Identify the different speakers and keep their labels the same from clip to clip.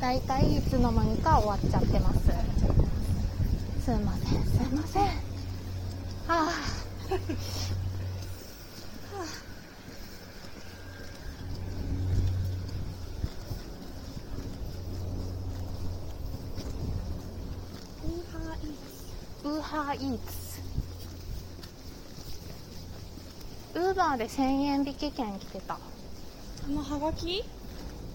Speaker 1: だいたいいつの間にか終わっちゃってますすいませんすいませんはあはあウーハーイーツウーバーで1000円引き券来てた
Speaker 2: あのハガキ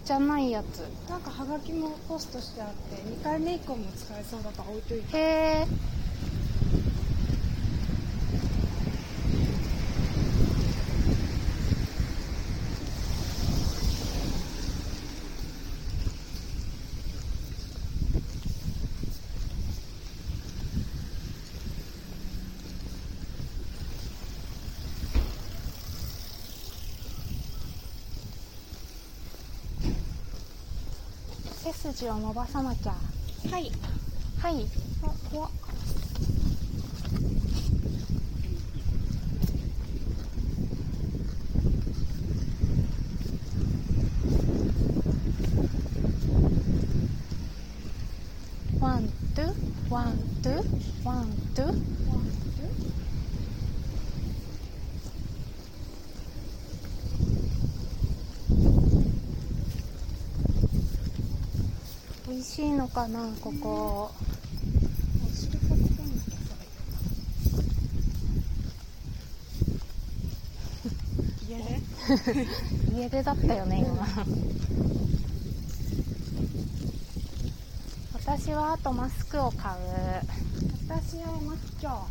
Speaker 1: じゃないやつ
Speaker 2: なんかハガキもポストしてあって2回目以降も使えそうだから置いといて
Speaker 1: へえ。背筋を伸ばさなきゃ。
Speaker 2: はい
Speaker 1: はい。あ、怖っワン、ツー、ワン、ツー、ワン、ツー。美味しいのかな、ここ。
Speaker 2: お汁粉つけんのかそれ家で
Speaker 1: 家出だったよね今私はあとマスクを買う
Speaker 2: 私はマッチョ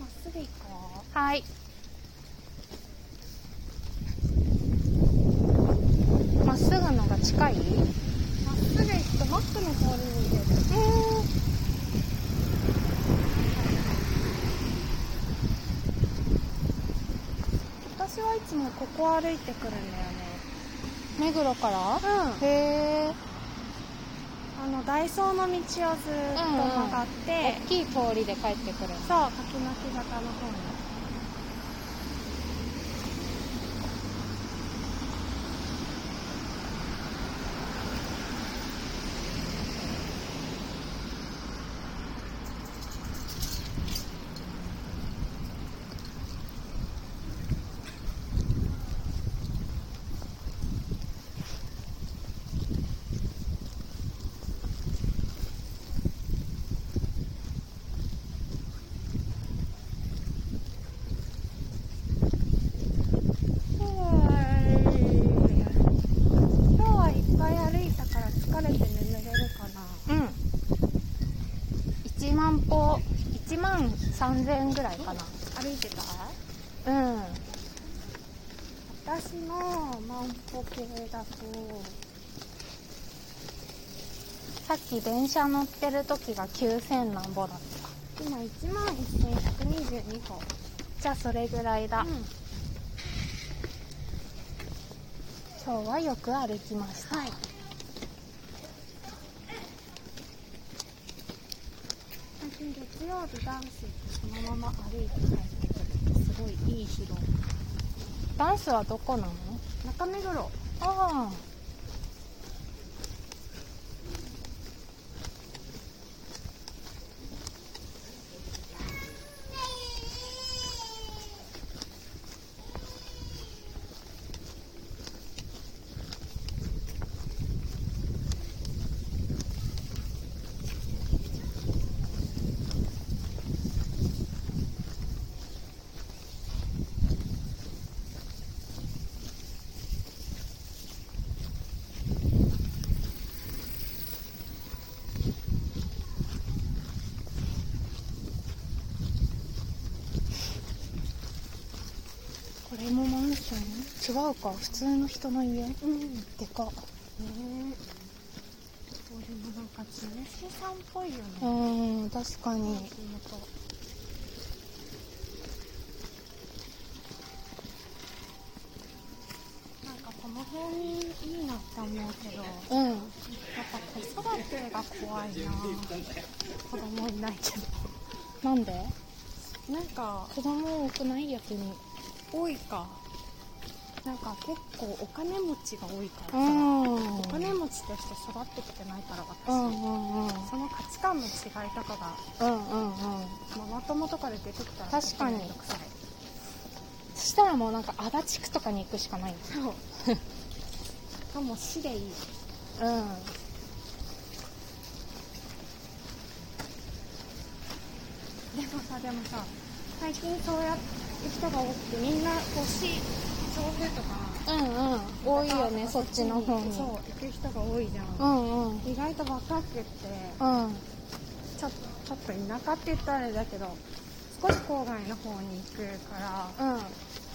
Speaker 2: まっすぐ行こ
Speaker 1: はいまっすぐのが近いえ
Speaker 2: うまっすぐ行くとマックの通りに出る
Speaker 1: ー、
Speaker 2: 私はいつもここ歩いてくるんだよね
Speaker 1: 目黒から
Speaker 2: う
Speaker 1: へえ
Speaker 2: あのダイソーの道をずっと曲がって、
Speaker 1: 大きい通りで帰ってくる
Speaker 2: そう柿の木坂の方に今日はいっぱい歩いたから疲れて眠れるかな
Speaker 1: うん1万歩1万3000ぐらいか
Speaker 2: 歩いてた
Speaker 1: なうん
Speaker 2: 私の万歩計だと
Speaker 1: さっき電車乗ってる時が9000何歩だった
Speaker 2: 今1万1122歩
Speaker 1: じゃあそれぐらいだ、
Speaker 2: うん
Speaker 1: 今日はよく歩きました
Speaker 2: はい最近月曜日男子ってそのまま歩いて帰ってくるとすごいいい疲労
Speaker 1: ダンスはどこなの
Speaker 2: 中目黒
Speaker 1: ああこれもマンション違うか普通の人の家
Speaker 2: うん
Speaker 1: でか
Speaker 2: ねえ。これもなんか地主さんっぽいよね。
Speaker 1: うーん確かに
Speaker 2: 地元なんかこの辺にいいなって思うけど、やっ
Speaker 1: うん
Speaker 2: ぱ子育てが怖いな。子供いないけど。
Speaker 1: なんで
Speaker 2: なんか
Speaker 1: 子供多くない逆に
Speaker 2: 多いかなんか結構お金持ちが多いからさ、
Speaker 1: んお
Speaker 2: お
Speaker 1: 金
Speaker 2: 金
Speaker 1: も
Speaker 2: 持ちとして育ってきてないから私、
Speaker 1: うんうんうん
Speaker 2: その価値観の違いとかが
Speaker 1: うんうんうん
Speaker 2: ママ友とかで出てきたら
Speaker 1: 確かに
Speaker 2: めんどくさい
Speaker 1: そしたらもうなんか足立区とかに行くしかないんです
Speaker 2: そうかもしれいい
Speaker 1: うん
Speaker 2: でもさでもさ最近そうやって人が多くてみんな欲しい調布とか
Speaker 1: うんうん多いよねそっちの方に
Speaker 2: そう行く人が多いじゃん、
Speaker 1: うんうん
Speaker 2: 意外と若く
Speaker 1: う
Speaker 2: って
Speaker 1: ん
Speaker 2: ちょっとちょっと田舎って言ったらあれだけど少し郊外の方に行くから
Speaker 1: うん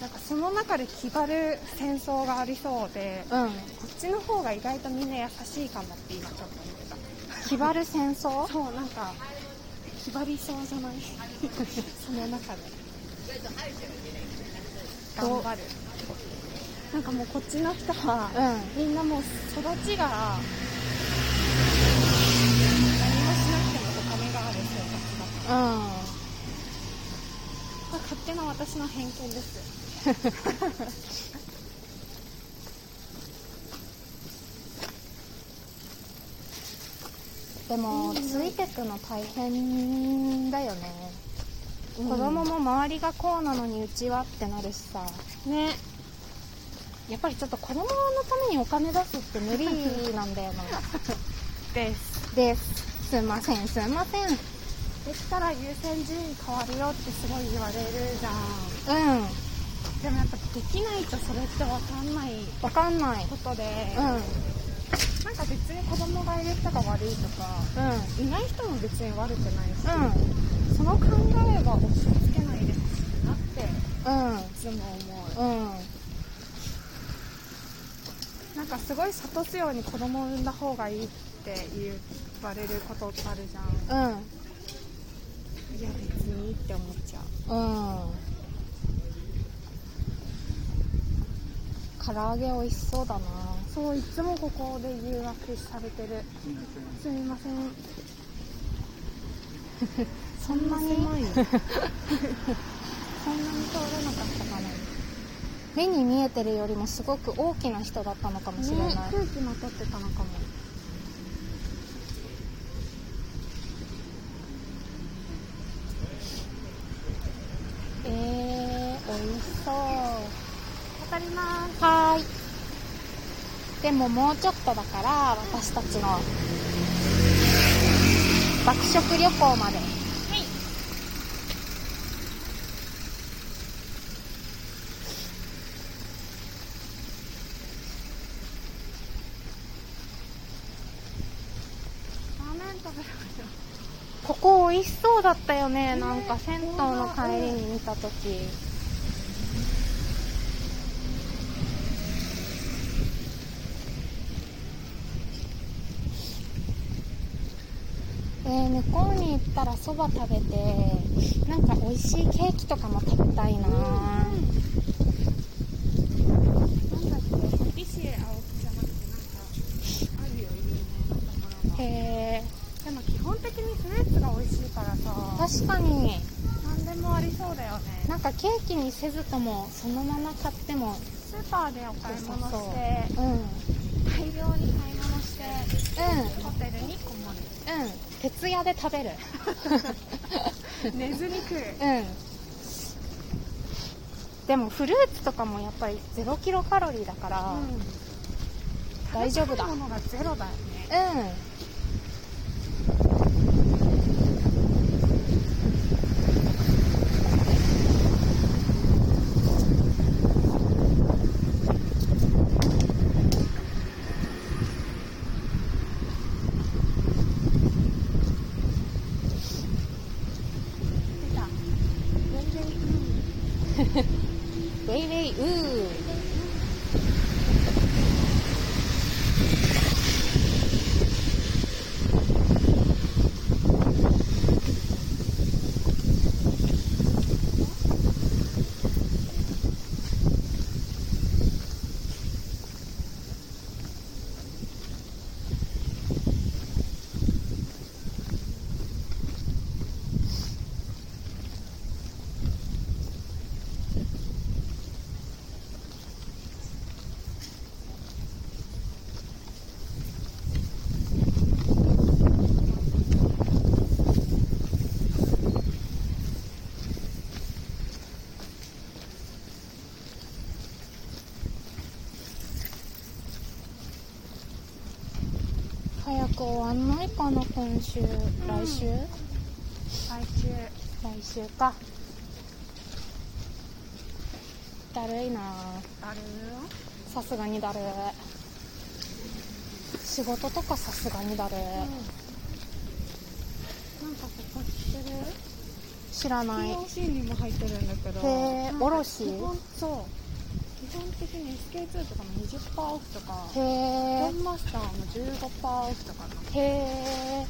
Speaker 2: なんかその中で気張る戦争がありそうで、こ
Speaker 1: うん
Speaker 2: っちの方が意外とみんな優しいかもって今ちょっと思った
Speaker 1: 気張る戦争
Speaker 2: そうなんか気張りそうじゃない その中で
Speaker 1: ど
Speaker 2: 頑
Speaker 1: う
Speaker 2: 張るなんかもうこっちの人は、
Speaker 1: うん
Speaker 2: みんなもう育ちが何もしなくてもお金がある生活だか
Speaker 1: うん
Speaker 2: ら勝手な私の偏見です
Speaker 1: でもついてくの大変だよね子供も周りがこうなのにうちはってなるしさ
Speaker 2: ね
Speaker 1: やっぱりちょっと子供のためにお金出すって無理なんだよ な
Speaker 2: です
Speaker 1: ですすんませんすんませんうん
Speaker 2: できたら優先順位変わるよってすごい言われるじゃんでもやっぱできないとそれって分かんない
Speaker 1: わかんない
Speaker 2: ことで、
Speaker 1: うんうん
Speaker 2: なんか別に子供がいる人が悪いとかいない人も別に悪くないし、その考えは押し付けないでほしいなってい
Speaker 1: うん
Speaker 2: つも思
Speaker 1: う
Speaker 2: う、
Speaker 1: んうん
Speaker 2: なんかすごい諭すように子供を産んだ方がいいって言われることあるじゃん
Speaker 1: うん
Speaker 2: いや別にって思っちゃう
Speaker 1: うん唐揚げ美味しそうだな
Speaker 2: そういつもここで誘惑されてるすみませんそんなに そんなに通らなかったかな
Speaker 1: 目に見えてるよりもすごく大きな人だったのかもしれ
Speaker 2: ね
Speaker 1: ない、
Speaker 2: 空気まとってたのかも
Speaker 1: えー、美味しそう
Speaker 2: 当たります
Speaker 1: はーいでももうちょっとだから私たちの爆食旅行まで
Speaker 2: ラーメン食べる
Speaker 1: ここ美味しそうだったよね、
Speaker 2: ね
Speaker 1: なんか銭湯の帰りに見た時、えー向こうに行ったらそば食べてなんか美味しいケーキとかも食べたいな、
Speaker 2: なんだっけビシエ青木じゃなくてなんかあるよ有名なところが
Speaker 1: へえ
Speaker 2: でも基本的にフルーツが美味しいからさ
Speaker 1: 確かに
Speaker 2: 何でもありそうだよね
Speaker 1: なんかケーキにせずともそのまま買っても
Speaker 2: スーパーでお買い物して
Speaker 1: うんうん
Speaker 2: 大量に買い物してホテルにこも
Speaker 1: うん徹夜で食べる
Speaker 2: る寝ずに食
Speaker 1: う
Speaker 2: う
Speaker 1: んでもフルーツとかもやっぱり0キロカロリーだからうん、大丈夫だ
Speaker 2: 食べたいものがゼロだよね出た全然うん
Speaker 1: ウェイウェイウー早く終わんないかな今週、来週
Speaker 2: 最終
Speaker 1: 来週かだるいな
Speaker 2: ある
Speaker 1: さすがにだるい仕事とかさすがにだるい、
Speaker 2: なんかここ知ってる
Speaker 1: 知らないへ
Speaker 2: POC にも入ってるんだけど
Speaker 1: へー
Speaker 2: なんか
Speaker 1: おろし
Speaker 2: 基本そう基本的に SK2 とかも20%オフとかド
Speaker 1: え
Speaker 2: ンマスターも15%オフとか
Speaker 1: へ
Speaker 2: な
Speaker 1: え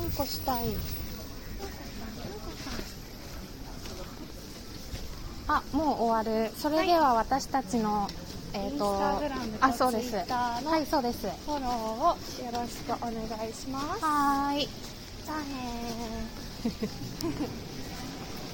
Speaker 1: うんこしたいあもう終わるそれでは私たちの、えっ、と
Speaker 2: インスタグラムと
Speaker 1: あそうです
Speaker 2: ツイッターの
Speaker 1: はいそうですは
Speaker 2: フォローをよろしくお願いします
Speaker 1: ーい
Speaker 2: じゃあねー